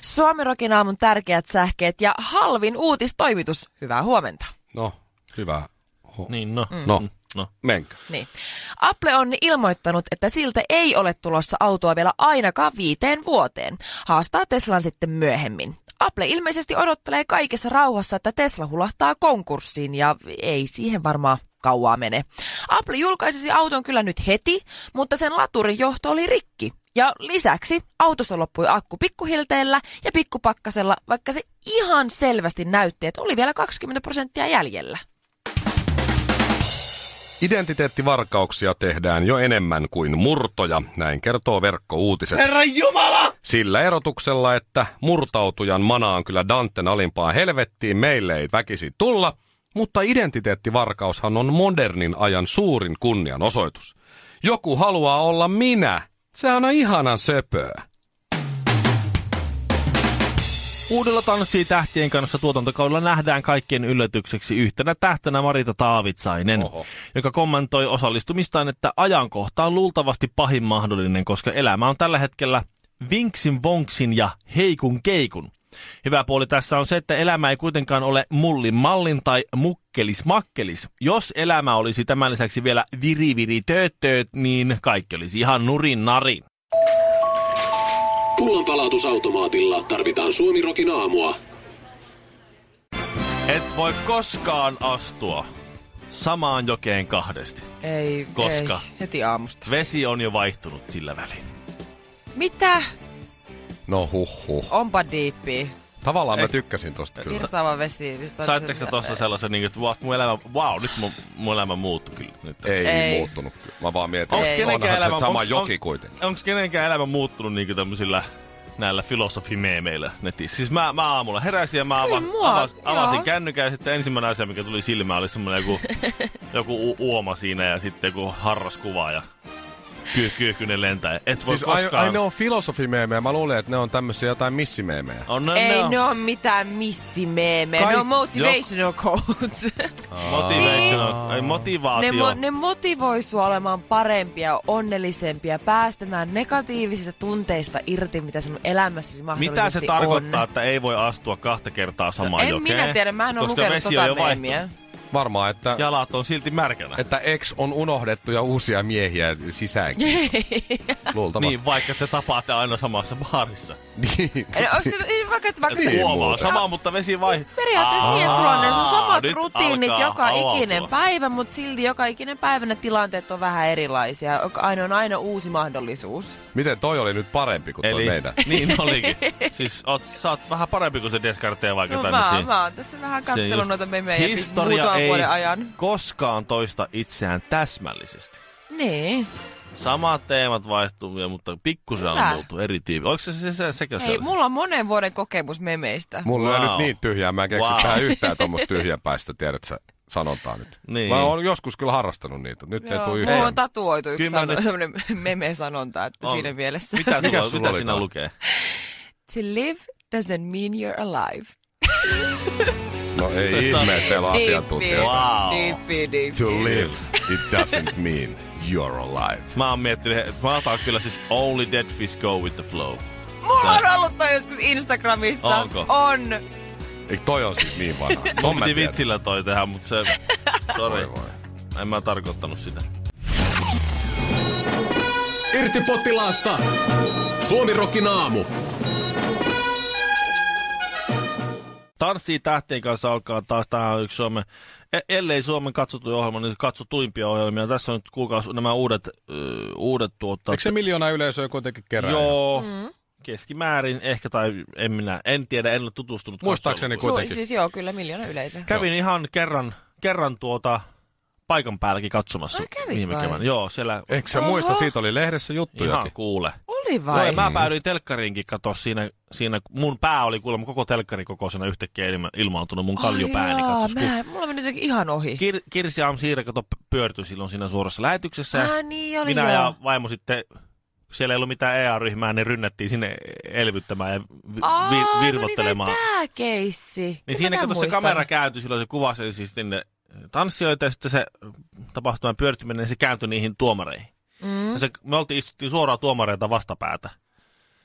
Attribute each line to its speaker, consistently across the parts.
Speaker 1: Suomirokin aamun tärkeät sähkeet ja halvin uutistoimitus. Hyvää huomenta.
Speaker 2: No, hyvä. Ho-
Speaker 3: Niin, no.
Speaker 2: No,
Speaker 3: no.
Speaker 2: menkö.
Speaker 1: Niin. Apple on ilmoittanut, että siltä ei ole tulossa autoa vielä ainakaan viiteen vuoteen. Haastaa Teslan sitten myöhemmin. Apple ilmeisesti odottelee kaikessa rauhassa, että Tesla hulahtaa konkurssiin ja ei siihen varmaan kauaa mene. Apple julkaisisi auton kyllä nyt heti, mutta sen laturin johto oli rikki. Ja lisäksi autossa loppui akku pikkuhilteellä ja pikkupakkasella, vaikka se ihan selvästi näytti, että oli vielä 20 prosenttia jäljellä.
Speaker 2: Identiteettivarkauksia tehdään jo enemmän kuin murtoja, näin kertoo verkkouutiset.
Speaker 3: Herra Jumala!
Speaker 2: Sillä erotuksella, että murtautujan manaan kyllä Danten alimpaan helvettiin meille ei väkisi tulla, mutta identiteettivarkaushan on modernin ajan suurin kunnianosoitus. Joku haluaa olla minä. Sehän on ihana söpöä.
Speaker 3: Uudella Tanssii tähtien kanssa tuotantokaudella nähdään kaikkien yllätykseksi yhtenä tähtenä Marita Taavitsainen, Oho.
Speaker 2: Oho.
Speaker 3: joka kommentoi osallistumistaan, että ajankohta on luultavasti pahin mahdollinen, koska elämä on tällä hetkellä vinksin vonksin ja heikun keikun. Hyvä puoli tässä on se, että elämä ei kuitenkaan ole mullin mallin tai mukkelis makkelis. Jos elämä olisi tämän lisäksi vielä viri viri tööt, tööt niin kaikki olisi ihan nurin narin.
Speaker 4: Pullonpalautusautomaatilla tarvitaan Suomirokin aamua.
Speaker 3: Et voi koskaan astua samaan jokeen kahdesti.
Speaker 1: Ei,
Speaker 3: Koska?
Speaker 1: ei. heti aamusta.
Speaker 3: Vesi on jo vaihtunut sillä välin.
Speaker 1: Mitä?
Speaker 2: No huh huh.
Speaker 1: Onpa diippi.
Speaker 2: Tavallaan mä tykkäsin tosta
Speaker 3: Niin,
Speaker 2: kyllä.
Speaker 1: Virtaava vesi. virtaava-
Speaker 3: Saitteko sä tossa sellaisen, niin, että what, mun elämä, wow, nyt mun, mun elämä muuttui kyllä. Nyt tässä.
Speaker 2: Ei,
Speaker 1: Ei.
Speaker 2: ei muuttunut kyllä. Mä vaan mietin,
Speaker 3: Onks
Speaker 2: että
Speaker 3: kenenkään
Speaker 2: onhan se
Speaker 3: elämä-
Speaker 2: sama
Speaker 3: onks-
Speaker 2: joki
Speaker 3: onks-
Speaker 2: kuitenkin.
Speaker 3: Onks kenenkään elämä muuttunut niinku tämmöisillä näillä filosofimeemeillä netissä? Siis mä, mä aamulla heräsin ja mä
Speaker 1: Kyllä
Speaker 3: ava,
Speaker 1: mua,
Speaker 3: avas, avasin
Speaker 1: joo.
Speaker 3: kännykän ja sitten ensimmäinen asia, mikä tuli silmään, oli semmoinen joku, joku u- uoma siinä ja sitten joku harraskuva ja kyy, kyyhkynen lentää. Et voi
Speaker 5: Siis ai,
Speaker 3: koskaan...
Speaker 5: ai ne on filosofimeemejä. Mä luulen, että ne on tämmöisiä jotain missimeemejä.
Speaker 3: On, no,
Speaker 1: Ei
Speaker 3: no.
Speaker 1: ne ole mitään missimeemejä,
Speaker 3: Kaik-
Speaker 1: ne on motivational quotes.
Speaker 3: Motivation, ei motivaatio.
Speaker 1: Niin. ne, mo- ne motivoi sua olemaan parempia, onnellisempia, päästämään negatiivisista tunteista irti, mitä sinun elämässäsi mahdollisesti
Speaker 3: Mitä se tarkoittaa,
Speaker 1: on.
Speaker 3: että ei voi astua kahta kertaa samaan
Speaker 1: en
Speaker 3: jokeen?
Speaker 1: minä tiedä, mä en ole
Speaker 3: Koska
Speaker 1: lukenut
Speaker 3: vesi
Speaker 1: tota
Speaker 3: on jo vaihtunut.
Speaker 1: meemiä.
Speaker 5: Varmaan, että,
Speaker 3: Jalat on silti märkänä.
Speaker 5: että ex on unohdettu ja uusia miehiä sisäänkin. Luultavasti.
Speaker 3: Niin, vaikka te tapaatte aina samassa baarissa.
Speaker 5: Niin.
Speaker 1: Eli onks nyt- vaikka, että vaikka
Speaker 3: Et
Speaker 1: se-
Speaker 3: huomaa,
Speaker 5: muuta.
Speaker 3: samaa, mutta vesi vai...
Speaker 1: Periaatteessa niin, että sulla on ne sun
Speaker 3: Aa,
Speaker 1: samat
Speaker 3: nyt
Speaker 1: rutiinit
Speaker 3: alkaa
Speaker 1: joka
Speaker 3: avautua.
Speaker 1: ikinen päivä, mutta silti joka ikinen päivänä tilanteet on vähän erilaisia. Aina on aina uusi mahdollisuus.
Speaker 5: Miten toi oli nyt parempi kuin toi
Speaker 3: Eli,
Speaker 5: meidän?
Speaker 3: niin olikin. Siis oot, sä oot vähän parempi kuin se Descartes vaikka
Speaker 1: No
Speaker 3: tänne
Speaker 1: mä,
Speaker 3: siihen.
Speaker 1: mä oon tässä vähän
Speaker 3: Se
Speaker 1: kattelun
Speaker 3: just-
Speaker 1: noita memejä siis
Speaker 3: Historia
Speaker 1: muutaman
Speaker 3: ei
Speaker 1: vuoden ajan.
Speaker 3: koskaan toista itseään täsmällisesti.
Speaker 1: Niin.
Speaker 3: Samat teemat vaihtuu, vielä, mutta pikkusen
Speaker 1: Hyvä.
Speaker 3: on muuttu eri tiivi. Oliko se se, se, sekö se
Speaker 1: Hei,
Speaker 3: oli se?
Speaker 1: mulla on monen vuoden kokemus memeistä.
Speaker 5: Mulla wow.
Speaker 3: Wow.
Speaker 5: on nyt niin tyhjää, mä en keksi
Speaker 3: Wow.
Speaker 5: wow. tähän yhtään tuommoista tyhjäpäistä, tiedät sä, sanontaa nyt.
Speaker 3: Niin.
Speaker 5: Mä oon joskus kyllä harrastanut niitä, nyt ei
Speaker 1: Joo,
Speaker 5: tule
Speaker 1: mulla
Speaker 5: yhtään.
Speaker 1: on tatuoitu yksi
Speaker 3: Kyllä mä
Speaker 1: sano,
Speaker 3: nyt-
Speaker 1: tämmönen meme-sanonta, että
Speaker 3: On.
Speaker 1: siinä mielessä.
Speaker 3: Mitä, sulla,
Speaker 5: Mikä
Speaker 3: mitä
Speaker 5: sulla
Speaker 3: siinä
Speaker 5: oli tää?
Speaker 3: lukee?
Speaker 1: To live doesn't mean you're alive.
Speaker 5: No ei ihme, että teillä on
Speaker 1: Deep
Speaker 5: asiantuntijoita.
Speaker 3: Wow.
Speaker 1: Diippi, diippi.
Speaker 5: To live, it doesn't mean you're alive.
Speaker 3: Mä oon miettinyt, että mä otan kyllä siis Only Dead Fish Go With The Flow.
Speaker 1: Mulla on ollut toi joskus Instagramissa.
Speaker 3: Onko?
Speaker 1: On.
Speaker 5: Eikö toi on siis niin vanha?
Speaker 3: Mun
Speaker 5: Ton mä
Speaker 3: piti
Speaker 5: tiedän.
Speaker 3: vitsillä toi tehdä, mutta se... Sori.
Speaker 5: Voi voi.
Speaker 3: En mä tarkoittanut sitä.
Speaker 4: Irti potilaasta! Suomirokin aamu.
Speaker 3: Tanssii tähtien kanssa alkaa taas tähän yksi Suomen, e- ellei Suomen katsotuin ohjelma, niin katsotuimpia ohjelmia. Tässä on nyt kuukausi nämä uudet, uh, uudet tuottaa.
Speaker 5: Eikö se miljoona yleisöä kuitenkin kerää?
Speaker 3: Joo. Mm. Keskimäärin ehkä, tai en minä, en tiedä, en ole tutustunut.
Speaker 5: Muistaakseni
Speaker 3: katsomaan.
Speaker 1: Su-
Speaker 5: kuitenkin.
Speaker 1: siis joo, kyllä miljoona yleisö.
Speaker 3: Kävin ihan kerran, kerran tuota paikan päälläkin katsomassa
Speaker 1: Ai, kävit
Speaker 3: viime
Speaker 1: vai?
Speaker 3: keväänä. Joo, siellä
Speaker 5: Eikö sä
Speaker 1: Oho.
Speaker 5: muista, siitä oli lehdessä juttujakin.
Speaker 3: ihan kuule.
Speaker 1: Oli
Speaker 3: Joo, ja
Speaker 1: vai?
Speaker 3: mä päädyin telkkariinkin katsoa siinä, siinä, mun pää oli kuulemma koko telkkari kokoisena yhtäkkiä ilma, ilmaantunut mun kaljupääni.
Speaker 1: Ai jaa,
Speaker 3: katsos, kun
Speaker 1: mä, mulla meni jotenkin ihan ohi.
Speaker 3: Kir, Kirsi Amsiira kato pyörtyi silloin siinä suorassa lähetyksessä.
Speaker 1: Ah, niin oli
Speaker 3: minä
Speaker 1: joo.
Speaker 3: ja vaimo sitten, kun siellä ei ollut mitään EA-ryhmää, niin rynnättiin sinne elvyttämään ja vi-
Speaker 1: Aa,
Speaker 3: vi-
Speaker 1: No
Speaker 3: virvottelemaan.
Speaker 1: niin, tää keissi.
Speaker 3: Niin siinä kun se kamera kääntyi, silloin se kuvasi eli siis sinne tanssijoita ja sitten se tapahtuman pyörtyminen, se kääntyi niihin tuomareihin. Mm. Ja se, me oltiin istuttiin suoraan tuomareita vastapäätä.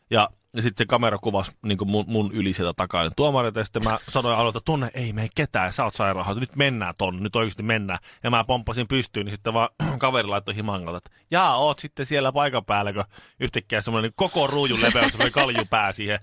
Speaker 3: Ja, ja sitten se kamera kuvasi niin mun, mun yli sieltä takaisin tuomareita. Ja sitten mä sanoin aloita, tunne ei mene ketään, sä oot sairaanhoitaja, nyt mennään tonne, nyt oikeasti mennään. Ja mä pomppasin pystyyn, niin sitten vaan kaveri laittoi himangalta, että jaa, oot sitten siellä paikan päällä, kun yhtäkkiä semmoinen koko ruujun leveys, semmoinen kalju pää siihen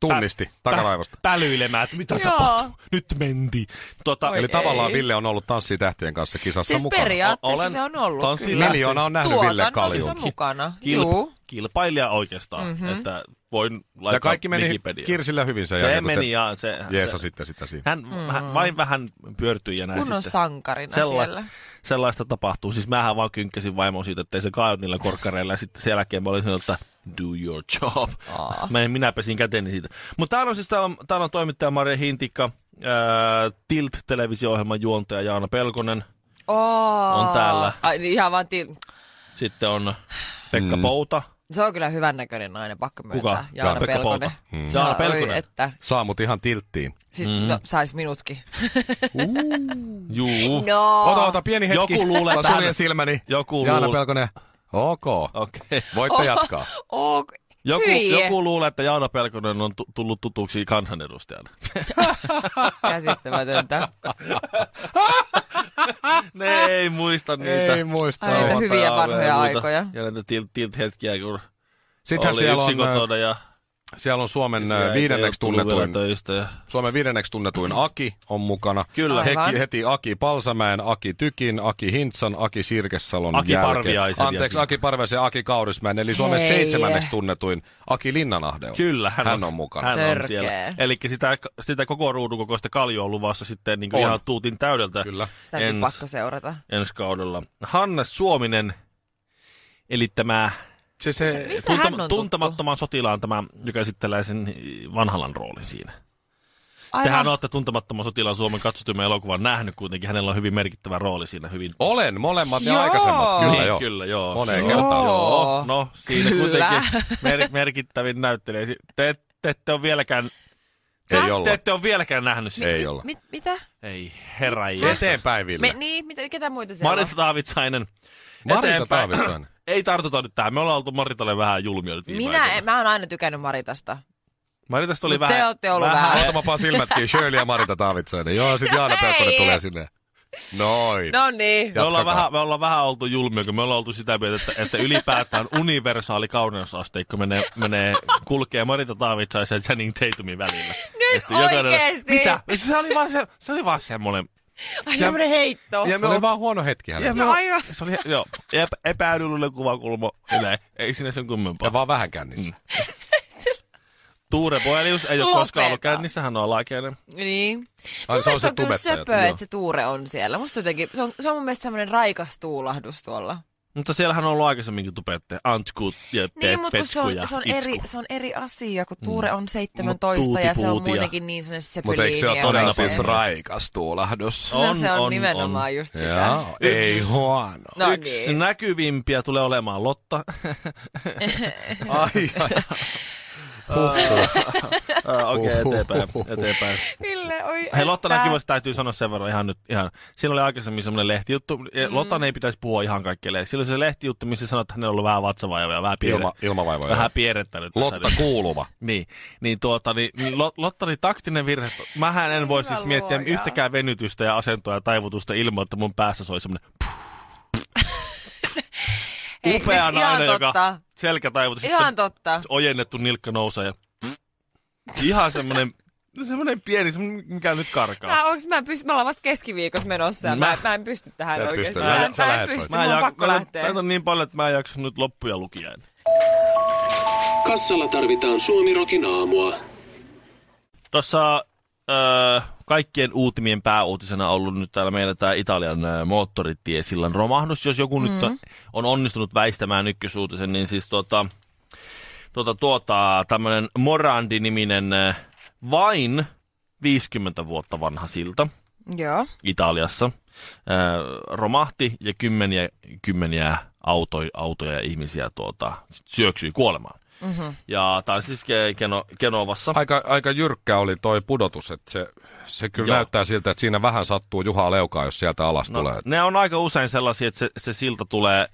Speaker 5: Tunnisti takaraivosta.
Speaker 3: pä- pälyilemään, että mitä
Speaker 1: Joo.
Speaker 3: tapahtuu. Nyt mentiin. Tuota,
Speaker 1: Voi
Speaker 5: Eli tavallaan
Speaker 1: ei.
Speaker 5: Ville on ollut tanssitähtien kanssa kisassa
Speaker 1: Siis
Speaker 5: mukana.
Speaker 1: periaatteessa
Speaker 3: Olen-
Speaker 1: se on ollut
Speaker 3: tanssi-
Speaker 1: kyllä.
Speaker 5: Miljoona on nähnyt Ville
Speaker 1: Tuotannossa
Speaker 5: Kaljun.
Speaker 1: mukana.
Speaker 3: kilp-
Speaker 1: Juu. Mhm.
Speaker 3: kilpailija oikeastaan. Mm-hmm. Että voin laittaa
Speaker 5: Ja kaikki meni
Speaker 3: Wikipediaan.
Speaker 5: Kirsillä hyvin sen
Speaker 3: Se
Speaker 5: jälkeen, kun te
Speaker 3: meni ja se,
Speaker 5: Jeesa
Speaker 3: se,
Speaker 5: sitten sitä siinä.
Speaker 3: hän,
Speaker 1: Mm.
Speaker 3: mm-hmm. hän vain vähän pyörtyi ja näin
Speaker 1: Kun on
Speaker 3: sitten.
Speaker 1: sankarina
Speaker 3: Sella-
Speaker 1: siellä.
Speaker 3: Sellaista tapahtuu. Siis mähän vaan kynkkäsin vaimon siitä, että ei se kaadu niillä korkkareilla. Ja sitten sen jälkeen mä olin sanonut, että do your job. Mä en, minä pesin käteni siitä. Mutta täällä on siis täällä on, täällä on toimittaja Maria Hintikka, ää, Tilt-televisio-ohjelman juontaja Jaana Pelkonen.
Speaker 1: Oh.
Speaker 3: On täällä.
Speaker 1: Ai, niin ihan vaan ti-
Speaker 3: Sitten on Pekka mm. Pouta.
Speaker 1: Se on kyllä hyvännäköinen nainen, pakko myöntää.
Speaker 3: Kuka?
Speaker 1: Jaana
Speaker 3: Pekka
Speaker 1: Pelkonen.
Speaker 3: Pouta. Mm.
Speaker 1: Joo,
Speaker 3: Jaana
Speaker 1: oi,
Speaker 3: Pelkonen. Mm-hmm.
Speaker 1: että,
Speaker 5: Saa mut ihan tilttiin.
Speaker 1: sit, mm. no, sais minutkin.
Speaker 3: Juu.
Speaker 1: No.
Speaker 5: Ota, ota, pieni hetki.
Speaker 3: Joku luulee
Speaker 5: Mä
Speaker 3: tähän.
Speaker 5: suljen silmäni.
Speaker 3: Joku
Speaker 5: Jaana
Speaker 3: luul-
Speaker 5: Pelkonen. Ok.
Speaker 3: Okei.
Speaker 5: Voitte jatkaa.
Speaker 1: Oh,
Speaker 3: Joku, joku luulee, että Jaana Pelkonen on tu- tullut tutuksi kansanedustajana.
Speaker 1: Käsittämätöntä.
Speaker 3: ne ei muista niitä.
Speaker 5: Ei muista.
Speaker 1: Ai, niitä
Speaker 3: Joo,
Speaker 1: hyviä
Speaker 3: tai
Speaker 1: vanhoja
Speaker 3: aamuja ja
Speaker 1: aikoja.
Speaker 3: Ja näitä tilt, tilt hetkiä, kun
Speaker 5: Sittenhän
Speaker 3: oli
Speaker 5: siellä on, äh,
Speaker 3: yksin kotona ja
Speaker 5: siellä on Suomen
Speaker 3: isä ja
Speaker 5: ö,
Speaker 3: äiti ei
Speaker 5: viidenneksi
Speaker 3: ollut äh, tullut
Speaker 5: tunnetuin,
Speaker 3: vielä töistä ja-
Speaker 5: Suomen viidenneksi tunnetuin Aki on mukana.
Speaker 3: Kyllä.
Speaker 5: Heki,
Speaker 1: Aivan.
Speaker 5: heti Aki Palsamäen, Aki Tykin, Aki Hintsan, Aki Sirkesalon
Speaker 3: Aki
Speaker 5: jälkeen.
Speaker 3: Parviaisen
Speaker 5: Anteeksi,
Speaker 3: jälkeen.
Speaker 5: Aki Parviaisen ja Aki Kaurismäen, eli Suomen
Speaker 1: Hei.
Speaker 5: seitsemänneksi tunnetuin Aki Linnanahde on.
Speaker 3: Kyllä, hän,
Speaker 5: hän on mukana.
Speaker 3: Hän
Speaker 1: Törkeä.
Speaker 3: on siellä. Eli sitä, sitä koko ruudun kokoista kaljua on luvassa sitten niin
Speaker 5: On.
Speaker 3: kuin ihan tuutin täydeltä
Speaker 5: Kyllä.
Speaker 1: Sitä on
Speaker 3: ens,
Speaker 1: pakko seurata.
Speaker 3: ensi kaudella. Hannes Suominen, eli tämä
Speaker 5: Se, se,
Speaker 1: Mistä hän on tuttu?
Speaker 3: tuntemattoman sotilaan tämä, joka esittelee sen vanhalan roolin siinä.
Speaker 1: Aivan.
Speaker 3: Tehän olette tuntemattoman sotilaan Suomen katsotuimman elokuvan nähnyt kuitenkin. Hänellä on hyvin merkittävä rooli siinä. Hyvin...
Speaker 5: olen molemmat ja
Speaker 1: Joo.
Speaker 5: aikaisemmat. Kyllä,
Speaker 3: niin,
Speaker 5: joo.
Speaker 3: kyllä, joo.
Speaker 5: Moneen
Speaker 3: Joo.
Speaker 5: kertaan.
Speaker 3: Joo.
Speaker 1: Joo.
Speaker 3: No, siinä
Speaker 1: Kyllä.
Speaker 3: kuitenkin mer- merkittävin näyttelijä. Si- Te, te ette ole vieläkään,
Speaker 5: Ei olla.
Speaker 3: te ette ole vieläkään nähnyt sitä.
Speaker 5: Ei olla.
Speaker 1: Mit, mitä?
Speaker 3: Ei, herra
Speaker 1: Me,
Speaker 5: Eteenpäin, Ville.
Speaker 1: niin, mitä, ketä muita siellä on?
Speaker 3: Marita Taavitsainen.
Speaker 5: Marita
Speaker 3: Eteenpäin.
Speaker 5: Taavitsainen.
Speaker 3: Ei tartuta nyt tähän. Me ollaan oltu Maritalle vähän julmia nyt
Speaker 5: niin
Speaker 3: viime
Speaker 1: Minä,
Speaker 3: aikoina.
Speaker 1: en, mä oon aina tykännyt Maritasta.
Speaker 3: Maritasta oli
Speaker 1: Mut
Speaker 3: vähän...
Speaker 1: te olette ollut vähän-
Speaker 5: Ootapa vaan silmätkin, Shirley ja Marita Taavitsainen. Joo, sit
Speaker 1: No
Speaker 5: Jaana Pelkonen
Speaker 1: ei.
Speaker 5: tulee sinne. Noin.
Speaker 1: No niin.
Speaker 3: Me ollaan,
Speaker 5: Jatkakaa.
Speaker 3: vähän, me ollaan vähän oltu julmia, kun me ollaan oltu sitä mieltä, että, että ylipäätään universaali kauneusasteikko menee, menee kulkee Marita Taavitsaisen ja Channing Tatumin välillä.
Speaker 1: Nyt oikeesti?
Speaker 3: Mitä? Se oli vaan, se, se oli vaan semmoinen...
Speaker 1: Ai semmonen heitto.
Speaker 5: Ja me oli vaan huono hetki hänellä.
Speaker 1: No
Speaker 3: me, se oli, joo, epä, epäilyllinen kuvakulma. Ei, ei siinä sen kummempaa.
Speaker 5: Ja vaan vähän kännissä.
Speaker 3: Mm. Tuure Boelius ei ole
Speaker 1: Lopeta.
Speaker 3: koskaan ollut käynnissä, hän on alaikäinen.
Speaker 1: Niin. Mun
Speaker 5: Ai, se on
Speaker 1: mielestä
Speaker 5: se
Speaker 1: on kyllä
Speaker 5: tubettaja,
Speaker 1: söpö,
Speaker 5: joo.
Speaker 1: että se Tuure on siellä. Musta jotenkin, se on, se on mun mielestä semmoinen raikas tuulahdus tuolla.
Speaker 3: Mutta siellähän on ollut aikaisemminkin tupette. Antskut ja pe-
Speaker 1: Niin, mutta kun se
Speaker 3: Petsku
Speaker 1: on,
Speaker 3: ja
Speaker 1: se, on
Speaker 3: Itsku.
Speaker 1: eri, se on eri asia, kun
Speaker 5: Mm.
Speaker 1: Tuure on 17 ja
Speaker 3: Mut
Speaker 1: se on
Speaker 3: tuutipuutia.
Speaker 1: muutenkin niin sellainen sepeliini.
Speaker 5: Mutta eikö se ole todella
Speaker 3: todella
Speaker 5: siis
Speaker 3: siis
Speaker 5: raikas tuulahdus?
Speaker 1: No se on, nimenomaan just
Speaker 3: No,
Speaker 1: sitä.
Speaker 5: Joo, ei huono.
Speaker 1: No
Speaker 3: Yksi
Speaker 1: niin.
Speaker 3: näkyvimpiä tulee olemaan Lotta.
Speaker 5: Ai, ai.
Speaker 3: Ah, Okei, okay, eteenpäin, eteenpäin.
Speaker 1: Ville, oi
Speaker 3: Hei, Lotta
Speaker 1: että.
Speaker 3: näkyvästä täytyy sanoa sen verran ihan nyt. Ihan. Siinä oli aikaisemmin semmoinen lehtijuttu. Mm. Lottan ei pitäisi puhua ihan kaikkelle. Siinä oli se lehtijuttu, missä sanoi, että hänellä on ollut vähän vatsavaivoja, vähän, piirre,
Speaker 5: Ilma, ilmavaivoja.
Speaker 3: vähän piirrettänyt. tässä
Speaker 5: Lotta
Speaker 3: nyt.
Speaker 5: kuuluva.
Speaker 3: Niin, niin, tuota, niin niin Lot- Lotta oli taktinen virhe. Mähän en voi siis
Speaker 1: Hyvä
Speaker 3: miettiä
Speaker 1: luoja.
Speaker 3: yhtäkään venytystä ja asentoa ja taivutusta ilman, että mun päässä soi semmoinen
Speaker 1: Hei,
Speaker 3: upea
Speaker 1: nyt ihan
Speaker 3: nainen, joka
Speaker 1: Totta.
Speaker 3: selkätaivutus.
Speaker 1: Ihan
Speaker 3: sitten
Speaker 1: totta.
Speaker 3: ojennettu nilkka nousee ja ihan semmoinen, semmoinen pieni, semmonen, mikä nyt karkaa.
Speaker 1: Mä, onks, mä, en pysty, mä ollaan vasta keskiviikossa menossa ja
Speaker 3: Mä-
Speaker 1: mä, mä, en pysty tähän
Speaker 5: Sä et
Speaker 1: oikeesti.
Speaker 5: pysty.
Speaker 1: Mä,
Speaker 5: Sä
Speaker 1: en- mä
Speaker 5: lähet
Speaker 1: en pysty,
Speaker 5: pois.
Speaker 1: mä on pakko lähteä.
Speaker 3: Näitä on niin paljon, että mä en jaksa nyt loppuja lukijaan.
Speaker 4: Kassalla tarvitaan Suomirokin aamua.
Speaker 3: Tuossa öö, kaikkien uutimien pääuutisena ollut nyt täällä meillä tämä Italian ää, moottoritiesillan romahdus. Jos joku mm-hmm. nyt on- on onnistunut väistämään ykkösuutisen, niin siis tuota, tuota, tuota, tämmöinen Morandi-niminen ää, vain 50 vuotta vanha silta
Speaker 1: Joo.
Speaker 3: Italiassa ää, romahti ja kymmeniä, kymmeniä auto, autoja ja ihmisiä tuota, sit syöksyi kuolemaan. Mm-hmm. Ja tämä siis Ke- Keno, Kenovassa.
Speaker 5: Aika, aika jyrkkä oli toi pudotus, että se, se kyllä
Speaker 3: Joo.
Speaker 5: Joo. näyttää siltä, että siinä vähän sattuu Juhaa leukaa, jos sieltä alas no. tulee.
Speaker 3: Ne on aika usein sellaisia, että se, se silta tulee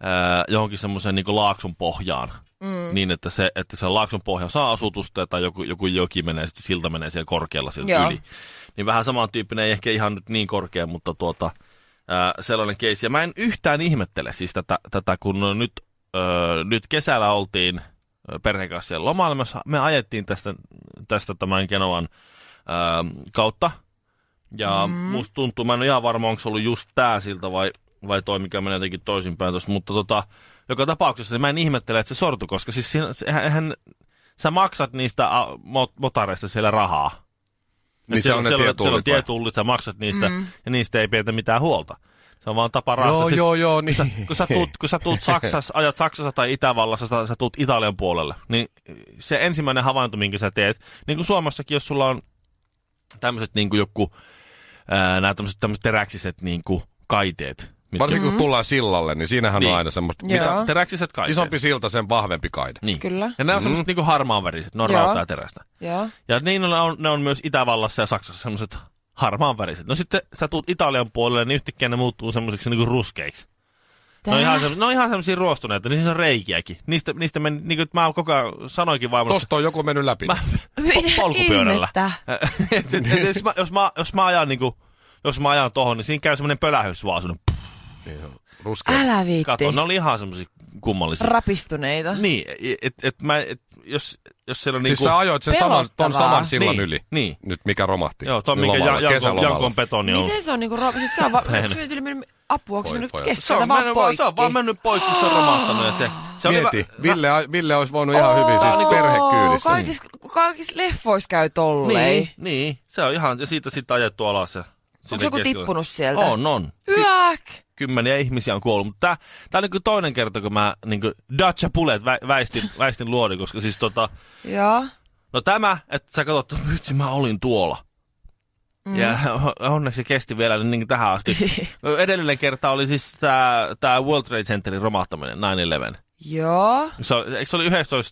Speaker 3: ää, johonkin semmoiseen niin laakson pohjaan. Mm. Niin, että se, että se laakson pohja saa asutusta tai joku, joku joki menee, sitten silta menee siellä korkealla siltä
Speaker 1: Joo.
Speaker 3: yli. Niin vähän samantyyppinen, ei ehkä ihan nyt niin korkea, mutta tuota, ää, sellainen keissi. Ja mä en yhtään ihmettele siis tätä, tätä kun nyt, öö, nyt kesällä oltiin ö, perheen kanssa siellä lomailemassa. Me ajettiin tästä, tästä tämän Genovan öö, kautta ja mm. musta tuntuu, mä en ole ihan varma, onko se ollut just tää siltä vai, vai toi, mikä menee jotenkin toisinpäin tosta, mutta tota, joka tapauksessa niin mä en ihmettele, että se sortu, koska siis siinä, se- eihän, eihän, sä maksat niistä a, mot, motareista siellä rahaa. Et
Speaker 5: Niin
Speaker 3: siellä,
Speaker 5: se on ne
Speaker 3: siellä,
Speaker 5: tietullit
Speaker 3: Siellä on
Speaker 5: vai?
Speaker 3: tietullit, sä maksat niistä mm. ja niistä ei pidetä mitään huolta. Se on vaan tapa rahasta.
Speaker 5: Joo,
Speaker 3: siis,
Speaker 5: joo, joo,
Speaker 3: kun sä,
Speaker 5: niin.
Speaker 3: kun sä tuut, kun sä tuut Saksassa, ajat Saksassa tai Itävallassa, sä, sä tuut Italian puolelle, niin se ensimmäinen havainto, minkä sä teet, niin kuin Suomessakin, jos sulla on tämmöiset niin kuin joku, ää, nämä tämmöiset, tämmöiset teräksiset niin kuin kaiteet. mitkä-
Speaker 5: Varsinkin kun tullaan sillalle, niin siinähän
Speaker 3: Mm. Niin.
Speaker 5: on aina semmoista,
Speaker 1: Joo.
Speaker 5: mitä
Speaker 3: Teräksiset kaiteet.
Speaker 5: isompi Mm. silta, sen vahvempi kaide.
Speaker 3: Niin.
Speaker 1: Kyllä.
Speaker 3: Ja nämä on semmoiset niin kuin harmaanväriset, ne on
Speaker 1: Joo.
Speaker 3: rautaa ja terästä.
Speaker 1: Joo.
Speaker 3: Ja niin ne on, ne on myös Itävallassa ja Saksassa semmoiset harmaanväriset. No sitten sä tuut Italian puolelle, niin yhtäkkiä ne muuttuu semmoisiksi niin kuin ruskeiksi. Ne on, ihan semmosia, ne on ihan semmosia ruostuneita, niin siis on reikiäkin. Niistä, niistä meni, niin kuin mä koko ajan sanoinkin vaimolle,
Speaker 5: Tosta on joku mennyt läpi.
Speaker 3: mä,
Speaker 1: Mitä
Speaker 3: polkupyörällä.
Speaker 1: ihmettä?
Speaker 3: et, et, et, jos, mä, jos, mä, jos mä ajan niinku, jos mä ajan tohon, niin siinä käy semmoinen pölähys vaan semmoinen
Speaker 5: Ruskea.
Speaker 1: Älä viitti.
Speaker 3: kato. Ne oli ihan semmosia kummallisia.
Speaker 1: Rapistuneita.
Speaker 3: niin, et, et, mä, et, jos, jos siellä on
Speaker 5: Siis
Speaker 3: niinku...
Speaker 5: sä ajoit sen saman, ton
Speaker 1: Pelottavaa.
Speaker 5: saman sillan
Speaker 3: Niin,
Speaker 5: yli,
Speaker 3: niin.
Speaker 5: nyt mikä romahti.
Speaker 3: Joo, tuo
Speaker 5: Niin
Speaker 3: minkä
Speaker 5: lomalla,
Speaker 3: Jan- Jankon,
Speaker 5: kesälomalla.
Speaker 3: Jankon betoni on.
Speaker 1: Miten se on niinku, ro- siis se on vaan,
Speaker 3: Tein.
Speaker 1: onko se nyt yli mennyt apua, onko se
Speaker 5: Voi
Speaker 1: mennyt
Speaker 5: pojat.
Speaker 3: Se
Speaker 1: keskeltä
Speaker 3: on,
Speaker 1: vaan
Speaker 3: mennyt, vaan,
Speaker 1: poikki?
Speaker 3: se on vaan mennyt poikki, se on romahtanut ja se, se oli
Speaker 5: Mieti,
Speaker 3: vä-
Speaker 5: Ville, Ville olisi voinut ihan hyvin, siis
Speaker 1: Niinku-
Speaker 5: perhekyydissä.
Speaker 1: niin Kaikissa, kaikissa leffoissa käy tolleen.
Speaker 3: Niin, niin, se on ihan, ja siitä sitten ajettu alas. Ja
Speaker 1: Onko
Speaker 3: sinne
Speaker 1: joku
Speaker 3: keskelle.
Speaker 1: tippunut sieltä?
Speaker 3: On, on.
Speaker 1: Hyäk!
Speaker 3: Kymmeniä ihmisiä on kuollut, mutta tää, tää on niinku toinen kerta, kun mä niinku Dutch ja Pulet vä, väistin, väistin luodin, koska siis tota,
Speaker 1: Joo.
Speaker 3: no tämä, että sä katsot, vitsi mä olin tuolla. Mm. Ja onneksi se kesti vielä niin kuin tähän asti. Edellinen kerta oli siis tämä, tämä World Trade Centerin romahtaminen, 9-11.
Speaker 1: Joo.
Speaker 3: Se, oli- eikö se oli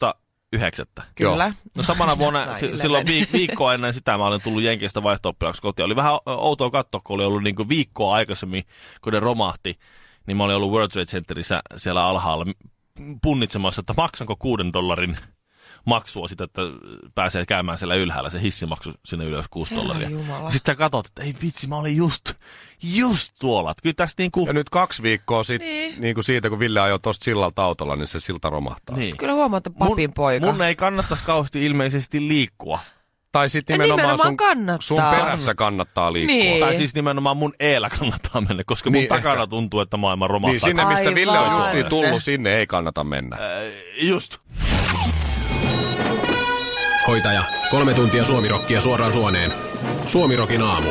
Speaker 3: 19.9.?
Speaker 1: Kyllä.
Speaker 3: No samana vuonna, si-
Speaker 1: 9-11.
Speaker 3: silloin viik- viikkoa ennen sitä mä olin tullut Jenkeistä vaihto kotiin. Oli vähän o- outoa katsoa, kun oli ollut niin viikkoa aikaisemmin, kun ne romahti, niin mä olin ollut World Trade Centerissä siellä alhaalla m- punnitsemassa, että maksanko kuuden dollarin maksua sitä, että pääsee käymään siellä ylhäällä, se hissimaksu sinne ylös 6
Speaker 1: Herran
Speaker 3: dollaria.
Speaker 1: jumala.
Speaker 3: Sitten sä katsot, että ei vitsi, mä olin just, just tuolla. Että Kyllä tässä niinku,
Speaker 5: Ja nyt kaksi viikkoa sit,
Speaker 1: Niin.
Speaker 5: niin. Niin kuin siitä, kun Ville ajoi tuosta sillalta autolla, niin se silta romahtaa.
Speaker 3: niin.
Speaker 1: Kyllä huomaa, että papin poika.
Speaker 3: mun ei kannattaisi kauheasti ilmeisesti liikkua.
Speaker 5: Tai sitten
Speaker 1: Ja
Speaker 5: nimenomaan,
Speaker 1: nimenomaan
Speaker 5: sun,
Speaker 1: kannattaa.
Speaker 5: sun perässä kannattaa liikkua.
Speaker 1: Niin.
Speaker 3: Tai siis nimenomaan mun eellä kannattaa mennä, koska mun
Speaker 5: Niin,
Speaker 3: takana
Speaker 5: ehkä.
Speaker 3: tuntuu, että maailma romahtaa.
Speaker 5: Niin sinne, mistä
Speaker 1: Aivan.
Speaker 5: Ville on justiin tullut, sinne ei kannata mennä.
Speaker 3: Äh, Just.
Speaker 4: Hoitaja, kolme tuntia suomirokkia suoraan suoneen. Suomirokin aamu.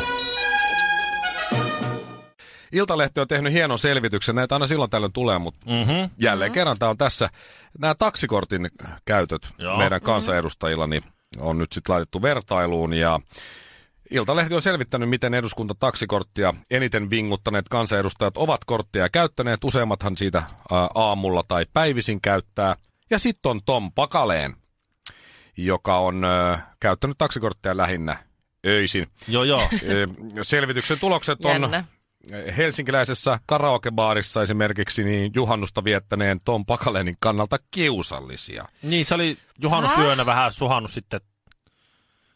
Speaker 5: Iltalehti on tehnyt hienon selvityksen, näitä aina silloin tällöin tulee, mutta mm-hmm. jälleen mm-hmm. kerran tämä on tässä. Nämä taksikortin käytöt
Speaker 3: Joo.
Speaker 5: Joo. meidän kansanedustajilla niin on nyt sitten laitettu vertailuun ja Iltalehti on selvittänyt, miten eduskunta taksikorttia eniten vinguttaneet kansanedustajat ovat korttia käyttäneet. Useimmathan siitä ä, aamulla tai päivisin käyttää. Ja sitten on Tom Pakaleen, joka on ä, käyttänyt taksikorttia lähinnä öisin.
Speaker 3: Joo, joo.
Speaker 5: Ö, Selvityksen tulokset on
Speaker 1: Jännä.
Speaker 5: helsinkiläisessä karaokebaarissa esimerkiksi niin juhannusta viettäneen Tom Pakalenin kannalta kiusallisia.
Speaker 3: niin, se oli juhannusyönä vähän suhannut sitten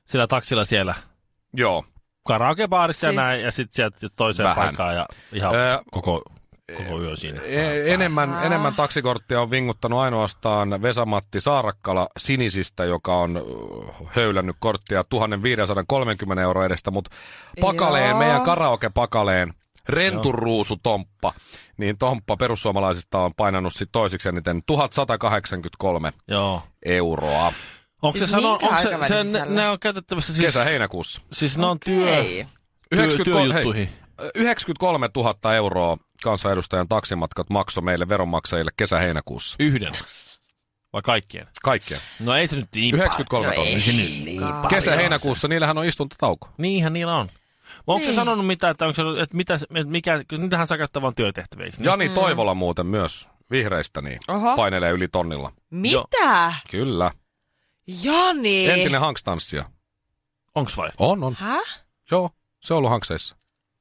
Speaker 3: sillä taksilla siellä
Speaker 5: Joo.
Speaker 3: karaokebaarissa
Speaker 1: Siis-
Speaker 3: ja näin, ja sitten sieltä toiseen
Speaker 5: Vähän.
Speaker 3: paikkaan ja ihan
Speaker 5: Ö,
Speaker 3: koko, koko yö siinä.
Speaker 5: E- enemmän, enemmän taksikorttia on vinguttanut ainoastaan Vesamatti Saarakkala Sinisistä, joka on ö, höylännyt korttia 1530 euroa edestä, mutta Pakaleen,
Speaker 1: Joo.
Speaker 5: meidän karaoke-Pakaleen, Renturuusu Tomppa, niin Tomppa perussuomalaisista on painanut sit toiseksi eniten 1183
Speaker 3: Joo.
Speaker 5: euroa.
Speaker 3: Onko
Speaker 1: Siis
Speaker 3: se, sano,
Speaker 1: minkä
Speaker 3: onko se,
Speaker 1: aikavälin
Speaker 3: se ne,
Speaker 1: sisällä?
Speaker 3: ne on käytettävissä siis,
Speaker 5: Kesä-heinäkuussa.
Speaker 3: siis ne on työ,
Speaker 1: Ei.
Speaker 3: työ,
Speaker 5: 93 hei,
Speaker 3: työjuttuihin.
Speaker 5: 93 000 euroa kansanedustajan taksimatkat maksoi meille veronmaksajille kesä-heinäkuussa.
Speaker 3: Yhden. Vai kaikkien?
Speaker 5: Kaikkea.
Speaker 3: No ei se nyt niin paljon.
Speaker 5: 93
Speaker 1: No
Speaker 5: 000.
Speaker 3: Ei se nyt niin paljon.
Speaker 5: Kesä-heinäkuussa, niillähän on istuntotauko.
Speaker 3: Niinhän niillä on. Onko niin. se sanonut mitään, että, onko se, että, mitä, että mikä, kun niitähän saa käyttää vaan työtehtäviä, eikö niin?
Speaker 5: Jani Toivola muuten myös vihreistä niin
Speaker 1: Mm. Oho.
Speaker 5: painelee yli tonnilla.
Speaker 1: Mitä?
Speaker 5: Kyllä.
Speaker 1: Jani!
Speaker 5: Entinen hankstanssija.
Speaker 3: Onks vai?
Speaker 5: On, on.
Speaker 1: Häh?
Speaker 5: Joo, se on ollut hankseissa.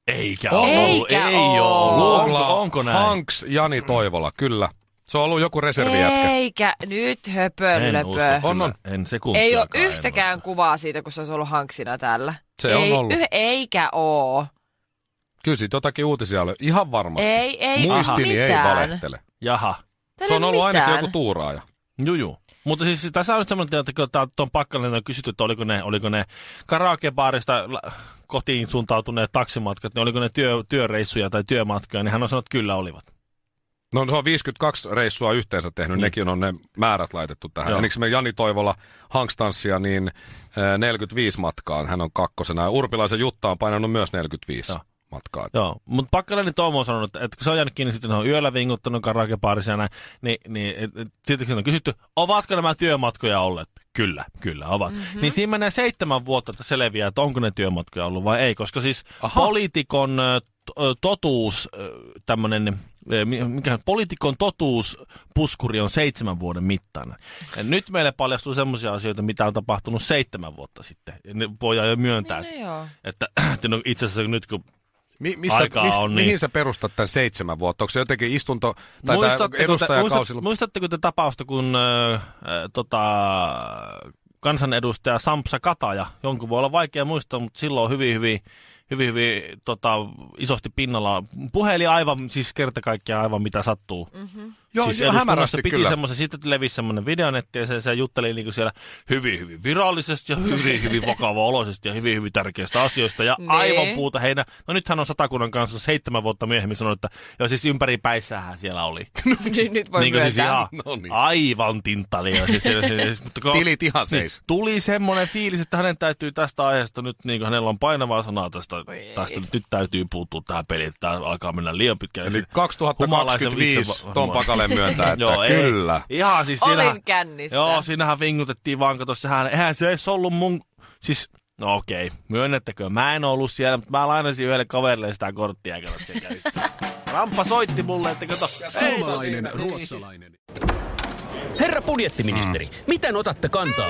Speaker 3: Eikä
Speaker 5: On.
Speaker 3: ole ollut.
Speaker 1: Eikä
Speaker 3: Ei
Speaker 1: oo.
Speaker 3: oo ollut.
Speaker 5: Googla
Speaker 3: Onko, onko näin?
Speaker 5: Hanks Jani Toivola, kyllä. Se on ollut joku reservijätkä.
Speaker 1: Eikä nyt
Speaker 3: en
Speaker 1: höpölöpö.
Speaker 3: usko,
Speaker 5: On,
Speaker 3: on,
Speaker 5: on.
Speaker 3: on. En sekuntia.
Speaker 1: Ei ole yhtäkään kuvaa siitä, kun se olisi ollut hanksina täällä.
Speaker 5: Se
Speaker 1: ei,
Speaker 5: on ollut.
Speaker 1: yh- eikä oo.
Speaker 5: Kyllä siitä jotakin uutisia oli. Ihan varmasti.
Speaker 1: Ei, ei
Speaker 5: Muistini
Speaker 1: ole
Speaker 5: ei
Speaker 1: mitään.
Speaker 5: valehtele.
Speaker 3: Jaha.
Speaker 1: Täällä
Speaker 5: Se on
Speaker 1: ei
Speaker 5: ollut
Speaker 1: mitään.
Speaker 5: ainakin joku tuuraaja.
Speaker 3: Juju. Mutta siis tässä on nyt semmoinen tilanne, että kun tää- tuon pakkalle on kysytty, että oliko ne, oliko ne karaokebaarista la- kotiin suuntautuneet taksimatkat, niin oliko ne työ, työreissuja tai työmatkoja, niin hän on sanonut, että kyllä olivat.
Speaker 5: No se on 52 reissua yhteensä tehnyt,
Speaker 3: Niin.
Speaker 5: nekin on ne määrät laitettu tähän.
Speaker 3: Joo.
Speaker 5: Eniksi me Jani Toivola Hankstanssia, niin äh, 45 matkaa hän on kakkosena. Ja Urpilaisen Jutta on painanut myös 45
Speaker 3: Joo.
Speaker 5: matkaa.
Speaker 3: Joo, mutta Pakkalainen Tomo on sanonut, että kun se on jäänyt kiinni, sitten on yöllä vinguttanut karaokebaarissa ja näin, niin, niin et- et sitten kun on kysytty, ovatko nämä työmatkoja olleet? Kyllä, kyllä ovat. Mm-hmm. Niin siinä menee seitsemän vuotta, että selviää, että onko ne työmatkoja ollut vai ei, koska siis Aha. poliitikon ö, t- ö, totuus, tämmöinen, mikä poliitikon totuuspuskuri on seitsemän vuoden mittainen. Ja nyt meille paljastuu sellaisia asioita, mitä on tapahtunut seitsemän vuotta sitten. Ja ne voidaan jo myöntää,
Speaker 1: Niin, no joo.
Speaker 3: että, että no itse asiassa nyt kun
Speaker 5: Mi- mistä,
Speaker 3: Aikaa
Speaker 5: mistä,
Speaker 3: on, niin.
Speaker 5: mihin sä perustat tämän seitsemän vuotta? Onko se jotenkin istunto tai tää
Speaker 3: Muistatteko te, muistat,
Speaker 5: edustajakausilla?
Speaker 3: muistatteko te tapausta, kun ö, ö, tota, kansanedustaja Sampsa Kataja, jonkun voi olla vaikea muistaa, mutta silloin on hyvin, hyvin, hyvin, hyvin tota, isosti pinnalla. Puheli aivan, siis kerta kaikkiaan aivan mitä sattuu.
Speaker 5: Joo,
Speaker 3: siis
Speaker 5: joo,
Speaker 3: eduskunnassa
Speaker 5: hämärästi
Speaker 3: piti
Speaker 5: kyllä.
Speaker 3: semmoisen, sitten levisi semmoinen videonetti ja se, se jutteli niinku siellä hyvin, hyvin virallisesti ja hyvin, hyvin vakava-oloisesti ja hyvin, hyvin tärkeistä asioista ja
Speaker 1: Niin.
Speaker 3: aivan puuta heinä. No nythän on satakunnan kanssa seitsemän vuotta myöhemmin sanonut, että joo siis ympäri päissähän siellä oli.
Speaker 1: Nyt, No, niin, nyt voi
Speaker 3: Niinku
Speaker 1: myöntää.
Speaker 3: siis ihan
Speaker 5: No niin.
Speaker 3: aivan tinttalia. Siis, siis, siis, mutta kun,
Speaker 5: Tilit ihan seis.
Speaker 3: Niin, tuli semmoinen fiilis, että hänen täytyy tästä aiheesta nyt, niin kuin hänellä on painavaa sanaa tästä,
Speaker 1: ei.
Speaker 3: tästä nyt, nyt täytyy puuttua tähän peliin, että tämä alkaa mennä liian pitkään.
Speaker 5: Eli
Speaker 3: Siis- humalaisen
Speaker 5: 2025
Speaker 3: vitsin va-
Speaker 5: Tom Pakale myöntää, että
Speaker 3: Joo, ei.
Speaker 5: kyllä.
Speaker 3: Ihan siis
Speaker 1: Olin
Speaker 3: siinähän-
Speaker 1: kännissä.
Speaker 3: Joo, siinähän vingutettiin vaan, kato, sehän, eihän se edes ollut mun, siis, no okei, myönnettäkö, mä en ollut siellä, mutta mä lainasin yhdelle kaverille sitä korttia, ja kato, se kävi sitten. Ramppa soitti mulle, että kato, ei,
Speaker 4: Suomalainen, ruotsalainen.
Speaker 6: Herra budjettiministeri, mm. miten otatte kantaa?